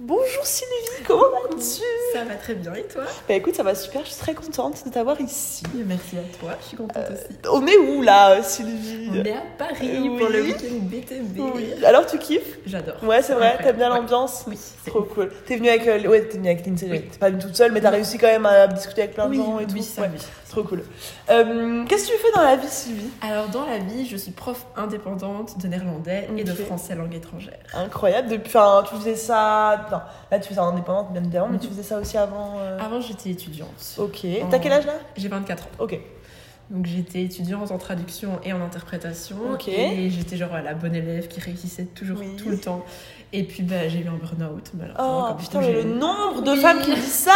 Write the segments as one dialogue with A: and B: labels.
A: Bonjour Sylvie, comment vas-tu
B: Ça va très bien et toi
A: Bah écoute, ça va super, je suis très contente de t'avoir ici.
B: Merci à toi, je suis contente aussi.
A: On est où là, euh, Sylvie
B: Euh, On est à Paris
A: Euh, oui.
B: pour le week-end BTB.
A: Oui. Alors tu kiffes
B: J'adore.
A: Ouais, c'est vrai,
B: Incroyable.
A: t'aimes bien
B: Ouais.
A: l'ambiance
B: Oui, c'est
A: Trop cool. T'es venue avec, euh, ouais, t'es venue avec Lindsay,
B: Oui.
A: t'es pas venue toute seule, mais t'as réussi quand même à discuter avec plein de
B: oui,
A: gens et
B: oui,
A: tout.
B: ça,
A: Ouais,
B: oui.
A: Trop cool. Euh, Qu'est-ce que tu fais dans la vie, Sylvie
B: Alors dans la vie, je suis prof indépendante de néerlandais et de
A: Ok.
B: français langue étrangère.
A: Incroyable, depuis, enfin, tu faisais ça, enfin, là tu faisais ça indépendante, même d'avant,
B: Mhm.
A: mais tu faisais ça aussi avant. euh,
B: Avant, j'étais étudiante.
A: Ok, t'as quel âge là
B: J'ai 24 ans.
A: Ok,
B: Donc j'étais étudiante en traduction et en interprétation.
A: Ok.
B: Et j'étais genre la bonne élève qui réussissait toujours
A: Oui.
B: tout le temps. Et puis bah, j'ai eu un burn-out malheureusement.
A: Oh
B: comme
A: putain,
B: tous,
A: mais le
B: j'ai-
A: nombre de
B: Oui.
A: femmes qui disent ça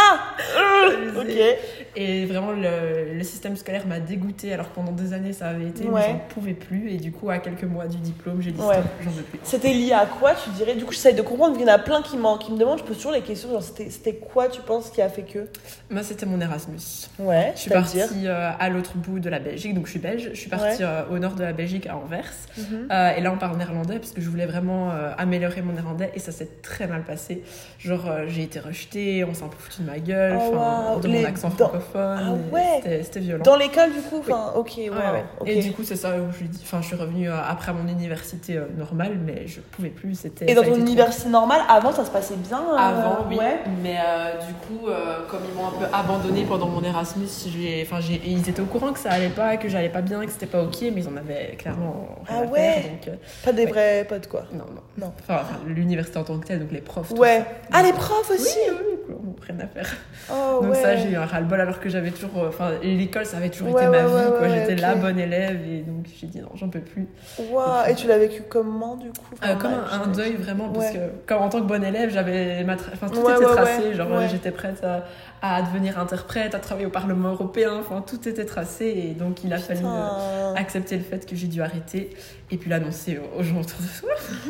A: Euh,
B: Abusé.
A: Ok.
B: Et vraiment, le, le système scolaire m'a dégoûtée, alors que pendant des années, ça avait été,
A: Ouais.
B: mais j'en pouvais plus. Et du coup, à quelques mois du diplôme, j'ai dit,
A: Ouais.
B: stop, j'en veux plus.
A: C'était lié à quoi, tu dirais Du coup, j'essaye de comprendre, il y en a plein qui, m'en- qui me demandent, je pose toujours les questions, genre c'était c'était quoi, tu penses, qui a fait que
B: Moi, c'était mon Erasmus.
A: Ouais,
B: Je suis partie euh, à l'autre bout de la Belgique, donc je suis belge. Je suis partie euh, au nord de la Belgique, à Anvers.
A: Mhm.
B: Euh, et là, on parle néerlandais parce que je voulais vraiment euh, améliorer mon néerlandais et ça s'est très mal passé. Genre, euh, j'ai été rejetée, on s'en a foutu de ma gueule,
A: Oh,
B: enfin,
A: wow.
B: de mon
A: Les
B: accent
A: dents. Ah,
B: francophone. et
A: ouais.
B: c'était- C'était violent.
A: Dans l'école, du coup Enfin, ok, ouais,
B: Ouais,
A: ouais.
B: ouais.
A: ok.
B: Et du coup, c'est ça où je, lui dis- enfin, je suis revenue euh, après mon université euh, normale, mais je pouvais plus. C'était,
A: Et dans
B: ça a
A: ton
B: été trop-
A: université normale, avant, ça se passait bien euh,
B: Avant, oui.
A: Ouais.
B: Mais euh, du coup, euh, comme ils m'ont un peu abandonné pendant mon Erasmus, j'ai, enfin, j'ai, ils étaient au courant que ça allait pas, que j'allais pas bien, que c'était pas ok, mais ils en avaient clairement rien
A: Ah
B: à
A: ouais.
B: faire. Donc, euh,
A: Pas des
B: Ouais.
A: vrais potes, quoi.
B: non, non.
A: Non.
B: Enfin, enfin, l'université en tant que telle, donc les profs. tout
A: Ouais.
B: ça.
A: Ah, les profs
B: Oui,
A: aussi
B: oui, oui, on n'a rien à faire.
A: Oh,
B: Donc
A: ouais.
B: ça, j'ai eu un ras-le-bol alors que j'avais toujours... euh, Enfin, l'école, ça avait toujours
A: Ouais,
B: été ma
A: ouais,
B: vie,
A: ouais,
B: quoi.
A: ouais,
B: J'étais la
A: ok.
B: bonne élève et donc j'ai dit non, j'en peux plus.
A: Waouh, Et tu l'as vécu comment, du coup
B: Euh, comme
A: Enfin,
B: un, un
A: Ah, ouais,
B: deuil vraiment parce
A: Ouais.
B: que comme en tant que bonne élève j'avais ma tra- enfin tout
A: Ouais,
B: était
A: ouais,
B: tracé
A: ouais,
B: genre euh,
A: ouais.
B: j'étais prête à, à devenir interprète à travailler au Parlement européen enfin tout était tracé et donc il a fallu euh,
A: Putain.
B: accepter le fait que j'ai dû arrêter et puis l'annoncer aux- aux gens autour de soi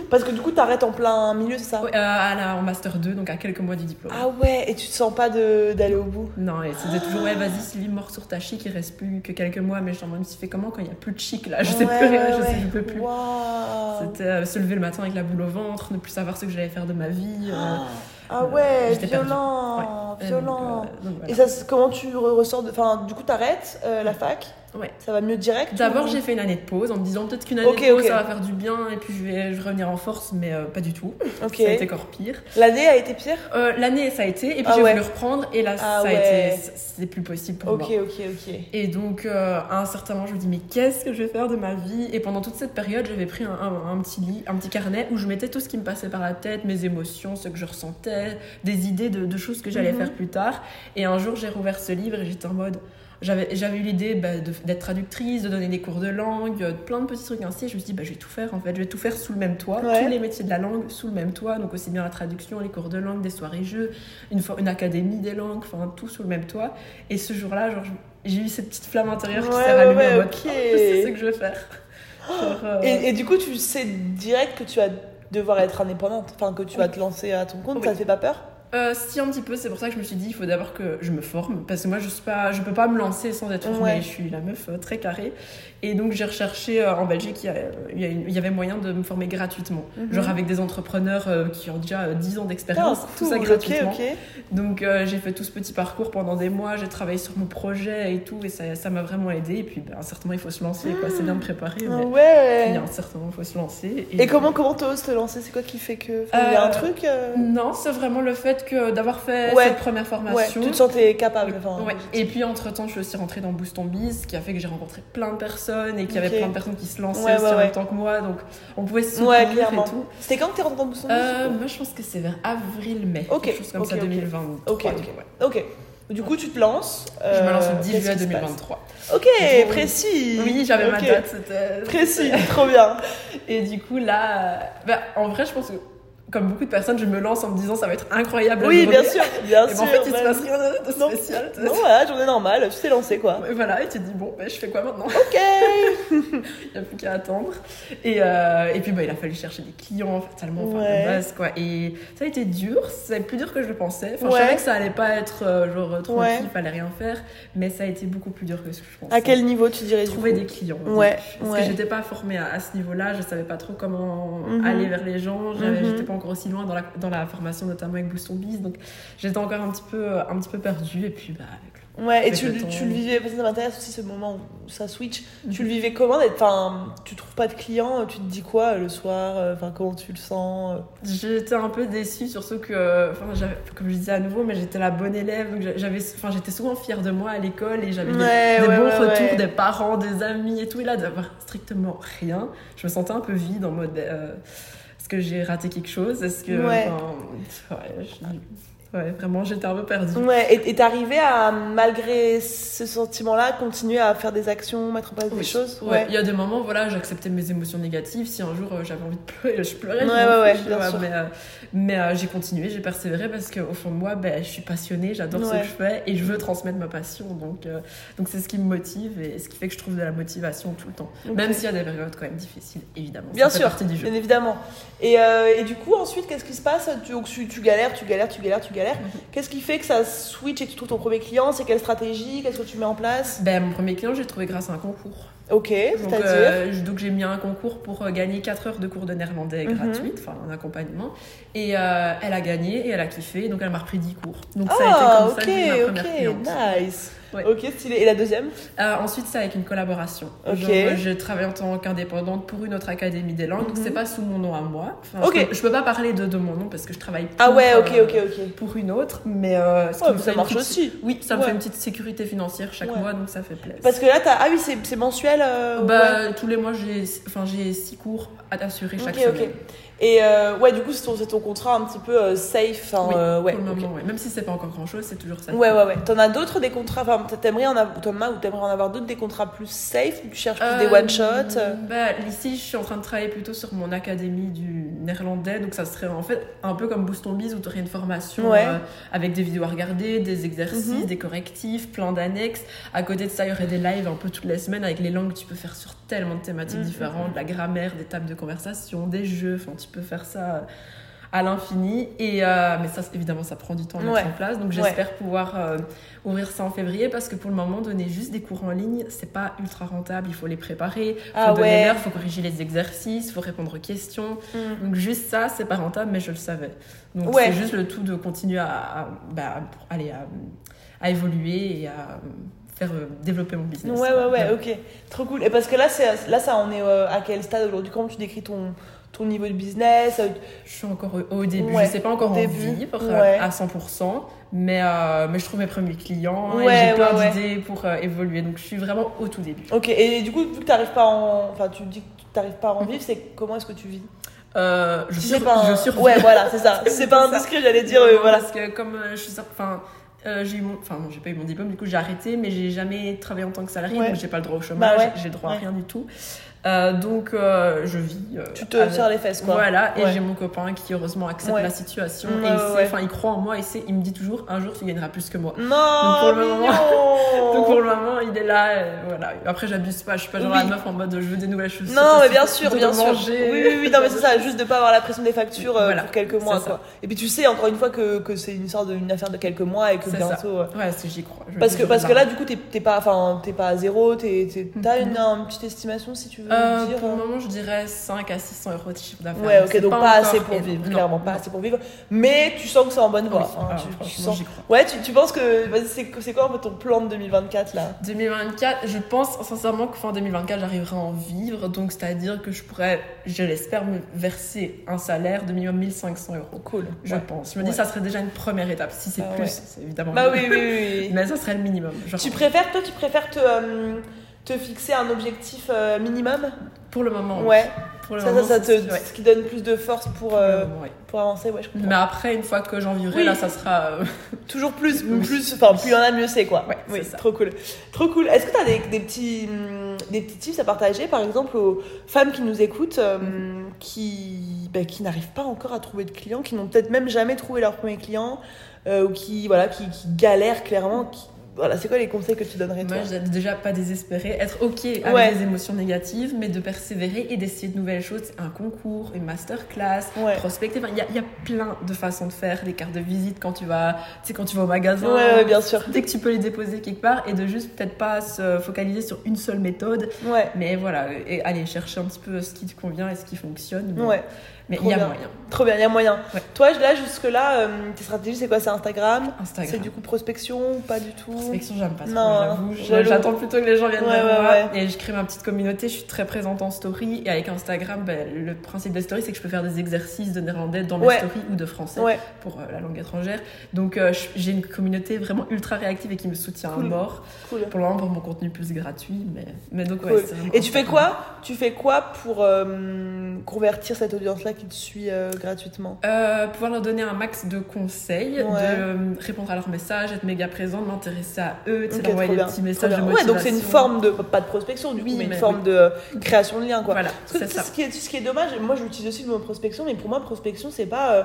A: Parce que du coup, t'arrêtes en plein milieu, c'est ça
B: Ouais, euh, à la, en master 2 donc à quelques mois du diplôme
A: Ah ouais, et tu te sens pas de- d'aller au bout
B: non et c'était toujours
A: Ah.
B: ouais vas-y Sylvie mort sur ta chic il reste plus que quelques mois mais je t'en demande si fait comment quand il y a plus de chic là je sais
A: Ouais,
B: plus rien
A: ouais,
B: je, sais,
A: ouais.
B: je peux plus
A: Waouh.
B: c'était euh, se lever le matin avec la boule au ventre ne plus savoir ce que j'allais faire de ma vie euh,
A: Ah ouais,
B: j'étais perdue.
A: violent,
B: Et
A: violent.
B: donc, euh, donc voilà.
A: Et ça, c'est- comment tu re- ressors de... Enfin, du coup, t'arrêtes euh, la fac
B: Ouais.
A: Ça va mieux direct
B: D'abord,
A: ou-
B: j'ai fait une année de pause en me disant peut-être qu'une année
A: Ok,
B: de pause
A: ok.
B: ça va faire du bien et puis je vais, je vais revenir en force, mais euh, pas du tout.
A: Ok.
B: Ça a été encore pire.
A: L'année a été pire
B: Euh, L'année, ça a été, et puis
A: Ah
B: j'ai
A: ouais.
B: voulu reprendre, et là,
A: Ah
B: ça a
A: ouais.
B: été. c- C'était plus possible pour
A: Ok,
B: moi.
A: ok, ok.
B: Et donc, euh, à un certain moment, je me dis, mais qu'est-ce que je vais faire de ma vie Et pendant toute cette période, j'avais pris un, un- un petit lit, un petit carnet où je mettais tout ce qui me passait par la tête, mes émotions, ce que je ressentais, des idées de, de choses que j'allais
A: Mhm.
B: faire plus tard. Et un jour, j'ai rouvert ce livre et j'étais en mode. J'avais j'avais eu l'idée bah, de- d'être traductrice, de donner des cours de langue, euh, plein de petits trucs ainsi. Et je me suis dit, bah, je vais tout faire en fait, je vais tout faire sous le même toit,
A: Ouais.
B: tous les métiers de la langue sous le même toit, donc aussi bien la traduction, les cours de langue, des soirées-jeux, une, for- une académie des langues, enfin tout sous le même toit. Et ce jour-là, genre, je- j'ai eu cette petite flamme intérieure qui
A: Ouais,
B: s'est
A: ouais,
B: rallumée
A: ouais,
B: en mode
A: ok.
B: oh, je sais ce que je veux faire. Genre, euh,
A: Et, et du coup, tu sais direct que tu vas devoir être indépendante, enfin que tu vas te lancer à ton compte,
B: Oui.
A: ça te fait pas peur
B: euh, si un petit peu, c'est pour ça que je me suis dit il faut d'abord que je me forme parce que moi je suis pas, je peux pas me lancer sans être formée.
A: Ouais.
B: Je suis la meuf euh, très carrée et donc j'ai recherché euh, en Belgique il y, a- il y a une- il y avait moyen de me former gratuitement,
A: Mhm.
B: genre avec des entrepreneurs euh, qui ont déjà euh, 10 ans
A: Putain,
B: d'expérience, tout
A: cool,
B: ça
A: ok,
B: gratuitement.
A: ok. Ah
B: Donc euh, j'ai fait tout ce petit parcours pendant des mois, j'ai travaillé sur mon projet et tout et ça ça m'a vraiment aidé. Et puis ben, certainement il faut se lancer, quoi. c'est bien de préparer.
A: Ah
B: mais- Il y
A: Ouais.
B: a un certain moment, faut se lancer.
A: Et comment comment t'oses te lancer C'est quoi qui fait que... Il y a un
B: Euh,
A: truc euh,
B: Non, c'est vraiment le fait que d'avoir fait
A: Ouais.
B: cette première
A: Ouais,
B: formation.
A: tu te sentais capable. enfin,
B: Ouais. Et puis entre temps, je suis aussi rentrée dans Boost on Biz, ce qui a fait que j'ai rencontré plein de personnes et qu'il y avait
A: Ok.
B: plein de personnes qui se lançaient
A: Ouais,
B: aussi
A: ouais,
B: en
A: ouais.
B: même temps que moi, donc on pouvait se
A: Ouais,
B: soutenir
A: clairement.
B: et tout.
A: C'était quand que t'es rentrée dans Bousson
B: Euh, moi, je pense que c'est vers avril-mai,
A: Ok,
B: quelque chose comme
A: ok,
B: ça,
A: ok.
B: 2023.
A: Ok, ok.
B: du coup, ouais.
A: Ok. Du coup, tu te lances.
B: Je me
A: euh,
B: lance le 10
A: qu'est-ce
B: juillet
A: qui se passe
B: 2023.
A: Ok,
B: Oui.
A: précis.
B: Oui, j'avais ma
A: Ok.
B: date, c'était...
A: Précis, trop bien.
B: Et du coup, là, euh, bah, en vrai, je pense que, comme beaucoup de personnes, je me lance en me disant ça va être incroyable. la
A: Oui,
B: journée.
A: bien sûr, bien
B: Et
A: sûr.
B: ben, en fait, il se
A: ouais.
B: passe rien de de
A: Non.
B: spécial.
A: Non, voilà, journée normale, tu t'es lancé quoi.
B: Et voilà, et tu te dis, bon, ben, je fais quoi maintenant
A: Ok.
B: Il n'y a plus qu'à attendre. Et, euh, et puis, bah, il a fallu chercher des clients, fatalement, enfin,
A: Ouais.
B: de base, quoi. Et ça a été dur, c'est plus dur que je le pensais. Enfin,
A: Ouais.
B: je savais que ça allait pas être euh, genre tranquille,
A: Ouais.
B: il fallait rien faire, mais ça a été beaucoup plus dur que ce que je pensais.
A: À quel niveau tu dirais du
B: Trouver
A: coup
B: des clients. au
A: Ouais,
B: début. Parce
A: ouais.
B: que j'étais pas formée à, à ce niveau-là, je savais pas trop comment
A: Mhm.
B: aller vers les gens, j'avais-
A: Mhm.
B: j'étais pas encore aussi loin dans la, dans la formation, notamment avec Booston Bees. Donc j'étais encore un petit peu, un petit peu perdue. Et puis, bah, avec
A: Ouais, et
B: Avec
A: tu,
B: le
A: le-
B: temps.
A: tu le vivais, parce que ça m'intéresse aussi ce moment où ça switch.
B: Mhm.
A: Tu le vivais comment d'être- Enfin, tu trouves pas de clients, tu te dis quoi euh, le soir euh, Enfin, comment tu le sens euh
B: J'étais un peu déçue, surtout que, enfin, j'avais- comme je disais à nouveau, mais j'étais la bonne élève. donc J'avais, enfin, j'étais souvent fière de moi à l'école et j'avais des-
A: Ouais,
B: des,
A: ouais,
B: bons
A: ouais,
B: retours
A: ouais.
B: des parents, des amis et tout. Et là, d'avoir strictement rien, je me sentais un peu vide en mode, euh, est-ce que j'ai raté quelque chose Est-ce que,
A: Ouais.
B: enfin, ouais, je- ouais, vraiment, j'étais un peu perdue.
A: Ouais, et- et t'arrivais à, malgré ce sentiment-là, continuer à faire des actions, mettre en place des
B: Oui.
A: choses
B: Ouais, il y a des moments, voilà, j'acceptais mes émotions négatives. Si un jour euh, j'avais envie de pleurer, je pleurais. je
A: Ouais,
B: m'en
A: ouais,
B: fiche,
A: ouais, bien sûr.
B: Mais, euh, mais, euh, j'ai continué, j'ai persévéré parce qu'au fond de moi, ben, je suis passionnée, j'adore ce
A: Ouais.
B: que je fais et je veux transmettre ma passion. Donc, euh, donc c'est ce qui me motive et ce qui fait que je trouve de la motivation tout le temps.
A: Ok.
B: Même s'il y a des périodes quand même difficiles, évidemment.
A: Bien
B: ça
A: sûr.
B: Fait partie du jeu.
A: Bien évidemment. Et, euh, et du coup, ensuite, qu'est-ce qui se passe tu, donc, tu, tu galères, tu galères, tu galères, tu galères.
B: Mhm.
A: Qu'est-ce qui fait que ça switch et que tu trouves ton premier client C'est quelle stratégie Qu'est-ce que tu mets en place
B: Ben, mon premier client, j'ai trouvé grâce à un concours.
A: Ok,
B: Donc,
A: c'est-à-dire
B: euh, je- donc j'ai mis un concours pour euh, gagner 4 heures de cours de néerlandais
A: Mhm.
B: gratuite, enfin un accompagnement. Et euh, elle a gagné et elle a kiffé, donc elle m'a repris 10 cours. Donc ça a été
A: Ah,
B: comme
A: ok,
B: ça que j'ai eu ma première cliente.
A: ok, nice.
B: Ouais.
A: Ok, stylé. Et la deuxième
B: Euh, ensuite, c'est avec une collaboration.
A: Ok.
B: Genre, euh, je travaille en tant qu'indépendante pour une autre académie des langues,
A: Mhm.
B: donc c'est pas sous mon nom à moi. Enfin,
A: Ok.
B: je, peux, je peux pas parler de, de mon nom parce que je travaille pour,
A: Ah ouais, ok,
B: euh,
A: ok, ok.
B: pour une autre, mais euh, ce qui
A: Ouais,
B: me
A: mais
B: fait
A: ça
B: une
A: marche
B: petite-
A: aussi.
B: Oui, ça me
A: Ouais.
B: fait une petite sécurité financière chaque
A: Ouais.
B: mois, donc ça fait plaisir.
A: Parce que là, t'as... Ah oui, c'est, c'est mensuel euh, ouais.
B: Bah, Tous les mois, j'ai enfin, j'ai six cours à t'assurer chaque
A: Ok, ok.
B: semaine.
A: Et euh, ouais, du coup, c'est ton, c'est ton contrat un petit peu euh, safe. Enfin,
B: Oui,
A: euh, ouais,
B: pour le
A: ok.
B: moment, ouais. Même si c'est pas encore grand chose, c'est toujours ça.
A: Ouais, ouais, ouais. T'en as d'autres des contrats Enfin, t'aimerais en avoir, Thomas, ou t'aimerais en avoir d'autres des contrats plus safe ou tu cherches plus
B: Euh,
A: des one-shots euh
B: bah, Ici, je suis en train de travailler plutôt sur mon académie du néerlandais. Donc, ça serait en fait un peu comme Booston Bees où tu aurais une formation
A: Ouais.
B: euh, avec des vidéos à regarder, des exercices,
A: Mhm.
B: des correctifs, plein d'annexes. À côté de ça, il y aurait des lives un peu toutes les semaines avec les langues que tu peux faire sur tellement de thématiques
A: Mhm.
B: différentes la grammaire, des tables de conversation, des jeux. Enfin, tu peux faire ça. euh, à l'infini. Et euh, mais ça, c'est- évidemment, ça prend du temps à mettre
A: Ouais.
B: en place. Donc j'espère pouvoir euh, ouvrir ça en février parce que pour le moment, donner juste des cours en ligne, c'est pas ultra rentable. Il faut les préparer, faut
A: Ah
B: donner
A: ouais.
B: l'heure, faut corriger les exercices, faut répondre aux questions.
A: Mm.
B: Donc juste ça, c'est pas rentable, mais je le savais. Donc
A: Ouais.
B: c'est juste le tout de continuer à, à- bah, pour- aller à, à évoluer et à faire euh, développer mon business.
A: Ouais, ouais, ouais,
B: Voilà.
A: ok. Trop cool. Et parce que là, c'est, là ça, on est euh, à quel stade aujourd'hui Comment tu décris ton, ton niveau de business euh,
B: Je suis encore au, au début,
A: Ouais,
B: je sais pas encore
A: au
B: en
A: début,
B: vivre
A: ouais.
B: euh, à 100%, mais, euh, mais je trouve mes premiers clients
A: Ouais,
B: et j'ai plein
A: ouais, ouais.
B: d'idées pour euh, évoluer, donc je suis vraiment au tout début.
A: Ok, et du coup, vu que t'arrives pas en... Enfin, tu dis que t'arrives pas à en vivre, c'est comment est-ce que tu vis
B: Euh, je,
A: Si
B: sur-
A: c'est pas un-
B: je survis.
A: Ouais, voilà, c'est ça. Si c'est pas
B: C'est ça.
A: indiscret, j'allais dire, euh, voilà.
B: Parce que comme euh, je suis sur- Enfin, euh, j'ai eu mon... Enfin non, j'ai pas eu mon diplôme, du coup j'ai arrêté, mais j'ai jamais travaillé en tant que salarié,
A: Ouais.
B: donc j'ai pas le droit au chômage,
A: Bah ouais.
B: j'ai le droit à
A: Ouais.
B: rien du tout. Euh, donc euh, je vis... euh,
A: Tu te
B: avec-
A: tires les fesses, quoi.
B: Voilà, et
A: Ouais.
B: j'ai mon copain qui heureusement accepte
A: Ouais.
B: la situation,
A: Ouais,
B: et il,
A: ouais,
B: sait-
A: ouais.
B: enfin, il croit en moi, et sait- il me dit toujours, un jour tu gagneras plus que moi.
A: Non,
B: Donc, pour le moment-
A: mignon
B: Donc pour le moment, il est là, euh, voilà. Après, j'abuse pas, je suis pas genre la
A: Oui.
B: meuf en mode je veux des nouvelles choses.
A: Non, mais bien sûr,
B: de
A: bien sûr.
B: manger.
A: Oui, oui, oui, non, mais c'est ça, juste de pas avoir la pression des factures euh,
B: Voilà,
A: pour quelques mois,
B: c'est ça.
A: quoi. Et puis tu sais, encore une fois, que, que c'est une sorte d'une affaire de quelques mois et que
B: C'est
A: bientôt. euh,
B: Ouais, c'est j'y crois. je-
A: Parce que,
B: je-
A: parce que là, du coup, t'es t'es pas, enfin, t'es pas à zéro, t'es- t'es- t'as
B: Mhm.
A: une, une petite estimation si tu veux
B: Euh,
A: dire.
B: pour
A: euh.
B: le moment, je dirais 5 à 600 euros de chiffre d'affaires.
A: Ouais, ok,
B: C'est
A: donc pas
B: encore
A: assez pour
B: énorme.
A: vivre,
B: Non,
A: clairement pas
B: non.
A: assez pour vivre. Mais tu sens que c'est en bonne
B: Oui,
A: voie. hein,
B: ah,
A: tu- tu,
B: franchement,
A: sens.
B: j'y crois.
A: Ouais, tu, tu penses que. vas-y, C'est c'est quoi un peu ton plan de 2024 là
B: 2024, je pense sincèrement que fin 2024, j'arriverai à en vivre. Donc, c'est-à-dire que je pourrais, je l'espère, me verser un salaire de minimum 1500 euros.
A: Cool.
B: Je
A: Ouais.
B: pense. Je me dis,
A: Ouais.
B: ça serait déjà une première étape. Si c'est
A: Ah
B: plus,
A: ouais.
B: c'est évidemment.
A: Bah
B: mieux.
A: oui, oui, oui. oui.
B: Mais ça serait le minimum. Genre,
A: tu préfères, toi, tu préfères te, euh, te fixer un objectif euh, minimum
B: Pour le moment. oui.
A: Ouais.
B: Pour le
A: Ça, ça,
B: moment,
A: ça te,
B: Euh, c'est- ouais.
A: ce qui donne plus de force pour,
B: Pour le
A: euh,
B: moment, ouais.
A: pour avancer, ouais, je comprends.
B: Mais après, une fois que j'en vivrai,
A: Oui.
B: là, ça sera. euh,
A: Toujours plus,
B: Oui.
A: plus, enfin plus il y en a, mieux c'est quoi.
B: Ouais,
A: oui,
B: c'est ça.
A: trop cool. Trop cool. Est-ce que tu as des, des petits, hum, des petits tips à partager, par exemple, aux femmes qui nous écoutent, hum,
B: Mhm.
A: qui, bah, qui n'arrivent pas encore à trouver de clients, qui n'ont peut-être même jamais trouvé leur premier client, euh, ou qui, voilà, qui, qui galèrent clairement, qui- Voilà, c'est quoi les conseils que tu donnerais
B: Moi,
A: toi
B: je dirais déjà pas désespérer, être ok avec
A: Ouais.
B: les émotions négatives, mais de persévérer et d'essayer de nouvelles choses, un concours, une masterclass,
A: Ouais.
B: prospecter. Enfin, il y a, il y a plein de façons de faire, des cartes de visite quand tu vas, tu sais, quand tu vas au magasin.
A: Ouais, ouais, bien sûr.
B: Dès que tu peux les déposer quelque part et de juste peut-être pas se focaliser sur une seule méthode,
A: Ouais,
B: mais voilà, et aller chercher un petit peu ce qui te convient et ce qui fonctionne. Mais-
A: ouais,
B: Mais
A: Trop
B: il y a
A: bien.
B: moyen.
A: trop bien, il y a moyen.
B: Ouais.
A: Toi, là, jusque-là, euh, tes stratégies, c'est quoi C'est Instagram
B: Instagram.
A: C'est du coup prospection ou pas du tout
B: Prospection, j'aime pas trop,
A: Non,
B: j'avoue.
A: relou.
B: J'attends plutôt que les gens viennent
A: Ouais,
B: vers
A: ouais,
B: moi. Et je crée ma petite communauté, je suis très présente en story. Et avec Instagram, ben, le principe des stories, c'est que je peux faire des exercices de néerlandais dans mes
A: Ouais.
B: stories ou de français
A: Ouais,
B: pour euh, la langue étrangère. Donc euh, je- j'ai une communauté vraiment ultra réactive et qui me soutient
A: Cool.
B: à mort.
A: cool.
B: Pour le moment, pour mon contenu plus gratuit. Mais, mais donc, ouais,
A: Cool.
B: c'est vraiment
A: Et tu fais
B: important.
A: quoi Tu fais quoi pour euh, convertir cette audience-là qui te suit euh, gratuitement
B: Euh, pouvoir leur donner un max de
A: Ouais.
B: conseils, de euh, répondre à leurs messages, être méga présente, m'intéresser à eux, tu sais,
A: Ok,
B: d'envoyer
A: trop
B: des
A: bien,
B: petits
A: trop
B: messages de
A: bien. Ouais,
B: motivation.
A: donc c'est une forme de pas de prospection du
B: Oui,
A: coup, mais une
B: mais
A: forme de euh, création de lien quoi.
B: Voilà,
A: Parce que
B: c'est
A: tu
B: ça.
A: sais, ce qui est ce qui est dommage, moi j'utilise aussi le mot prospection, mais pour moi prospection c'est pas euh,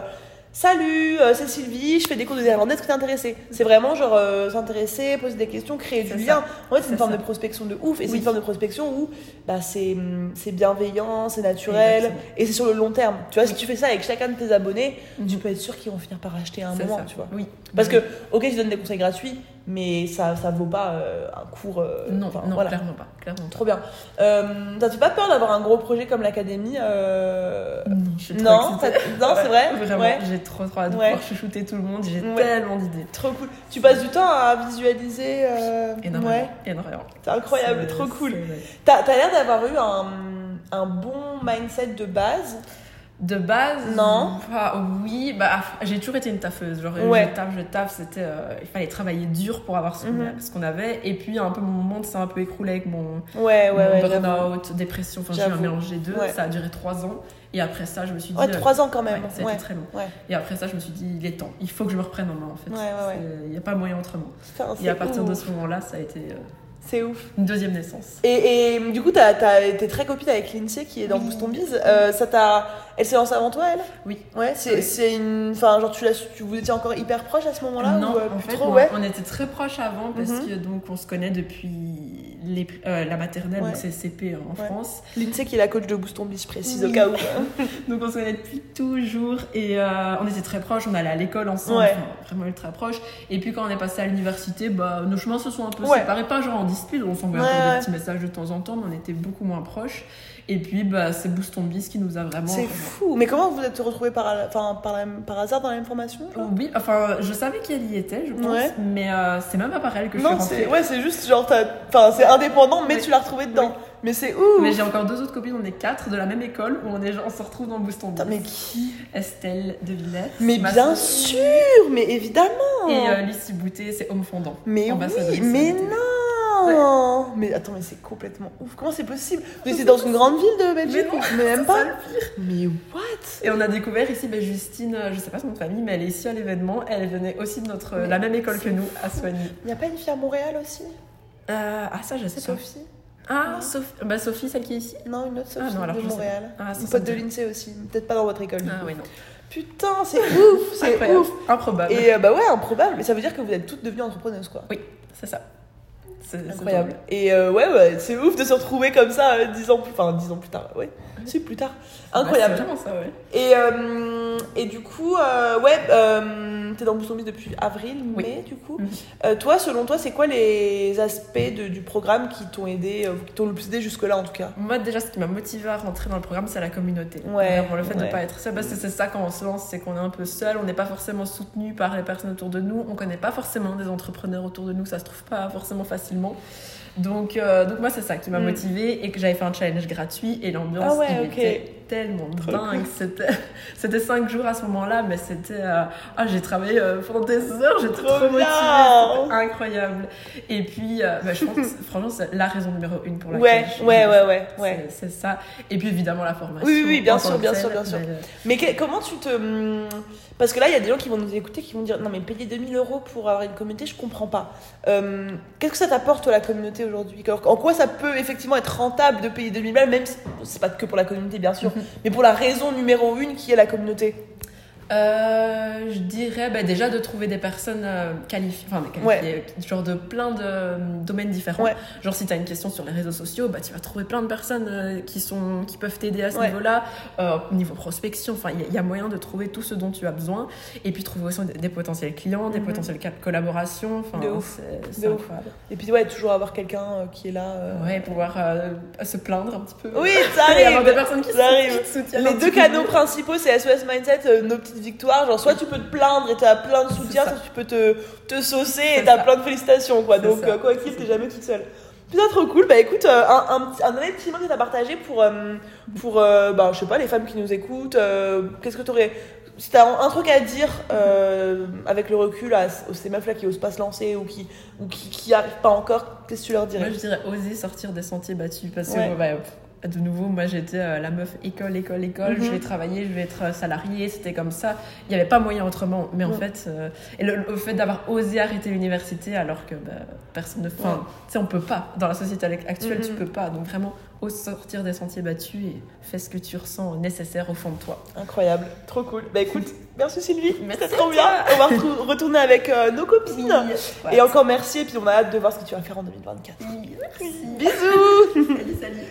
A: Salut, euh, c'est Sylvie, je fais des cours de néerlandais, est-ce que t'es intéressée C'est vraiment genre euh, s'intéresser, poser des questions, créer du
B: C'est
A: lien. En fait, c'est
B: C'est
A: une forme
B: ça.
A: de prospection de ouf, et c'est
B: Oui.
A: une forme de prospection où bah, c'est hum, c'est bienveillant, c'est naturel,
B: Exactement.
A: et c'est sur le long terme. Tu vois, si tu fais ça avec chacun de tes abonnés,
B: Mhm.
A: tu peux être sûr qu'ils vont finir par acheter à un
B: C'est
A: moment,
B: ça. Mhm.
A: tu vois.
B: Oui.
A: Parce que, ok, tu donnes des conseils gratuits, mais ça ça vaut pas euh, un cours. euh,
B: non,
A: enfin,
B: non,
A: voilà.
B: clairement pas, clairement pas.
A: Trop bien. Euh, T'as-tu pas peur d'avoir un gros projet comme l'académie euh,
B: Non, je suis trop
A: Non,
B: excitée.
A: t'as- non, c'est vrai.
B: Vraiment,
A: Ouais.
B: j'ai trop trop hâte de
A: Ouais.
B: pouvoir chouchouter tout le monde, j'ai
A: Ouais.
B: tellement d'idées.
A: Trop cool. Tu passes du temps à visualiser. euh,
B: Énormément,
A: Ouais.
B: énormément.
A: C'est incroyable,
B: C'est-
A: trop cool.
B: c'est-
A: T'as as, l'air d'avoir eu un, un bon mindset de base.
B: De base,
A: Non.
B: bah, oui, bah, j'ai toujours été une taffeuse. Genre, euh,
A: Ouais.
B: je taffe, je taffe, c'était, euh, il fallait travailler dur pour avoir ce qu'on
A: Mhm.
B: ce qu'on avait. Et puis, un peu, mon monde s'est un peu écroulé avec mon,
A: Ouais, ouais,
B: mon
A: ouais. j'avoue.
B: burn-out, dépression, enfin, j'ai eu un
A: J'avoue.
B: mélange des deux.
A: Ouais.
B: Ça a duré trois ans. Et après ça, je me suis dit.
A: Ouais,
B: euh,
A: trois ans quand
B: Ouais,
A: même.
B: ça a été
A: Ouais.
B: très long.
A: Ouais.
B: Et après ça, je me suis dit, il est temps, il faut que je me reprenne en main en fait.
A: Ouais, ouais, ouais.
B: C'est- Il n'y a pas moyen autrement.
A: Putain,
B: Et à
A: c'est
B: partir de
A: ouf.
B: ce moment-là, ça a été euh,
A: C'est ouf.
B: une deuxième naissance.
A: Et, et, du coup, t'as- t'as- t'es très copine avec Lindsay qui est dans
B: Oui.
A: Booston Bees. Euh, ça t'a. Elle s'est lancée avant toi, elle
B: Oui.
A: Ouais, c'est
B: Oui.
A: c'est une. Enfin, genre, tu, l'as su- tu vous étiez encore hyper proche à ce moment-là
B: non,
A: ou, euh,
B: en
A: plus
B: fait,
A: trop,
B: on,
A: ouais.
B: on était très proches avant parce
A: Mhm.
B: que donc on se connaît depuis les, euh, la maternelle,
A: Ouais.
B: donc c'est CP en
A: Ouais.
B: France.
A: Lindsay qui est la coach de Booston Bees, je précise
B: Oui.
A: au cas où.
B: Donc on se connaît depuis toujours et euh, on était très proches, on allait à l'école ensemble,
A: Ouais.
B: enfin, vraiment ultra proches. Et puis quand on est passé à l'université, bah, nos chemins se sont un peu
A: Ouais.
B: séparés, pas genre en dispute, on s'envoyait
A: Ouais,
B: encore
A: ouais.
B: des petits messages de temps en temps, mais on était beaucoup moins proches. Et puis bah, c'est Booston Bis qui nous a vraiment...
A: C'est fou. Mais comment vous êtes retrouvés par, enfin, par, la- par hasard dans la même formation genre
B: Oh, Oui, enfin je savais qu'elle y était, je pense,
A: Ouais.
B: mais euh, c'est même pas par elle que je
A: Non,
B: suis
A: c'est
B: rentrée.
A: ouais, c'est juste genre, t'as- enfin, c'est indépendant, mais
B: Oui.
A: tu l'as retrouvé dedans. Mais c'est ouf.
B: Mais j'ai encore deux autres copines, on est quatre de la même école où on, est, on se retrouve dans Booston
A: Putain,
B: Bis.
A: mais qui
B: Estelle de Villette.
A: Mais
B: ma
A: bien
B: sœur,
A: sûr, mais évidemment.
B: Et euh, Lucie Boutet, c'est Homme Fondant.
A: mais oui,
B: ambassadrice
A: mais
B: LGBT.
A: non. Mais attends, mais c'est complètement ouf. Comment c'est possible Vous étiez dans une grande ville de Belgique
B: non,
A: Mais même
B: ça
A: pas.
B: le
A: Mais what
B: Et on a découvert ici, ben, Justine, euh, je sais pas son nom de famille, mais elle est ici à l'événement. Elle venait aussi de notre, euh,
A: Mais
B: la même école
A: c'est
B: que nous, à Soigny.
A: Il n'y a pas une fille à Montréal aussi
B: Euh, ah, ça, je sais pas.
A: Sophie
B: Ah,
A: Non.
B: Sophie, bah, Sophie, celle qui est ici
A: Non, une autre
B: Ah,
A: Sophie
B: non, alors
A: de
B: je sais pas.
A: Montréal.
B: Ah, ça,
A: une
B: ça
A: pote
B: me
A: de
B: dit-
A: l'INSEE aussi. Peut-être pas dans votre école. du
B: Ah,
A: coup.
B: oui, non.
A: Putain, c'est ouf, c'est
B: Incroyable.
A: ouf.
B: Improbable.
A: Et euh, bah ouais, improbable. Mais ça veut dire que vous êtes toutes devenues entrepreneuses, quoi.
B: Oui, c'est ça. C'est c'est
A: Incroyable. Et euh, ouais, ouais, c'est ouf de se retrouver comme ça euh, dix ans plus, enfin dix ans plus tard. Ouais, c'est plus tard.
B: drôle.
A: Incroyable.
B: Ouais, Bah, c'est vraiment ça, ouais.
A: et euh, et du coup, euh, ouais, euh, t'es dans Bousson Bis depuis avril,
B: Oui.
A: mai, du coup.
B: Mhm.
A: Euh, toi, selon toi, c'est quoi les aspects de- du programme qui t'ont aidé, euh, qui t'ont le plus aidé jusque là, en tout cas
B: Moi, déjà, ce qui m'a motivée à rentrer dans le programme, c'est la communauté.
A: Ouais,
B: Vraiment, le fait
A: ouais.
B: de pas être seul, parce que c'est ça quand on se lance, c'est qu'on est un peu seul, on n'est pas forcément soutenu par les personnes autour de nous, on connaît pas forcément des entrepreneurs autour de nous, ça se trouve pas forcément facilement. Donc, euh, donc moi, c'est ça qui m'a
A: Mm.
B: motivée et que j'avais fait un challenge gratuit et l'ambiance
A: Ah ouais,
B: il
A: ok.
B: était tellement
A: Trop
B: dingue. C'était, c'était cinq jours à ce moment-là, mais c'était. euh, ah, j'ai travaillé euh, pendant des heures, j'étais
A: Trop
B: trop, motivée,
A: bien.
B: c'était incroyable. Et puis, euh, bah, je pense que c'est- franchement, c'est la raison numéro une pour laquelle
A: Ouais,
B: je-
A: ouais,
B: je-
A: ouais, ouais, ouais.
B: c'est- C'est ça. Et puis évidemment la formation.
A: Oui, oui, oui, bien
B: en tant
A: sûr,
B: que
A: bien
B: telle,
A: sûr, bien sûr.
B: mais, euh,
A: Mais que- comment tu te. hum, Parce que là, il y a des gens qui vont nous écouter qui vont dire Non, mais payer 2000 euros pour avoir une communauté, je comprends pas. Euh, Qu'est-ce que ça t'apporte, toi, la communauté aujourd'hui Alors, En quoi ça peut effectivement être rentable de payer 2000 balles, même si c'est pas que pour
B: Mhm.
A: la communauté, bien sûr, mais pour la raison numéro une qui est la communauté
B: euh, je dirais dirais bah, déjà de trouver des personnes euh, qualifiées, enfin, des qualifiées, genre de plein de euh, domaines différents.
A: Ouais.
B: Genre, si tu as une question sur les réseaux sociaux, bah, tu vas trouver plein de personnes euh, qui, sont, qui peuvent t'aider à ce
A: Ouais.
B: niveau-là, euh, niveau prospection. Enfin, il y a- il y, a moyen de trouver tout ce dont tu as besoin. Et puis, trouver aussi des, des potentiels clients, des
A: Mhm.
B: potentielles cap- collaborations. Enfin,
A: De ouf.
B: c'est-
A: De
B: C'est
A: ouf.
B: incroyable.
A: Et puis, ouais, toujours avoir quelqu'un euh, qui est là. euh,
B: Ouais, pouvoir euh, se plaindre un petit peu.
A: Oui, ça
B: Il y avoir des
A: arrive.
B: personnes qui,
A: ça
B: se-
A: arrive.
B: qui te soutiennent. un
A: Les
B: petit
A: deux
B: peu.
A: canaux principaux, c'est SOS Mindset, euh, nos petites victoires. Genre, soit tu peux te plaindre et t'as plein de soutien,
B: C'est
A: soit
B: ça.
A: tu peux te, te saucer et
B: C'est
A: t'as
B: ça.
A: plein de félicitations, quoi.
B: C'est
A: Donc,
B: ça.
A: euh, quoi qu'il, t'es jamais toute seule. Putain, trop cool. Bah écoute, euh, un, un, petit- un dernier petit mot que t'as partagé pour, euh, pour euh, bah, je sais pas, les femmes qui nous écoutent. euh, Qu'est-ce que t'aurais. Si t'as un, un truc à dire euh, avec le recul à ces meufs-là qui osent pas se lancer ou qui, ou qui, qui arrivent pas encore, qu'est-ce que tu leur dirais
B: Moi, je dirais oser sortir des sentiers battus parce que,
A: Ouais.
B: bah, pff, de nouveau, moi j'étais euh, la meuf école, école, école, je
A: Mhm.
B: vais travailler, je vais être euh, salariée, c'était comme ça. Il n'y avait pas moyen autrement. Mais en
A: Ouais.
B: fait, euh, et le, le fait d'avoir osé arrêter l'université alors que bah, personne ne. Enfin,
A: Ouais.
B: tu sais, on peut pas. Dans la société actuelle,
A: Mhm.
B: tu peux pas. Donc vraiment, ose sortir des sentiers battus et fais ce que tu ressens nécessaire au fond de toi.
A: Incroyable, trop cool. Bah écoute, merci Sylvie,
B: Merci
A: c'était trop
B: à
A: bien. On va retrou- retourner avec euh, nos copines.
B: Ouais.
A: Et encore merci, et puis on a hâte de voir ce que tu vas faire en 2024.
B: Oui, merci.
A: Bisous
B: salut, salut.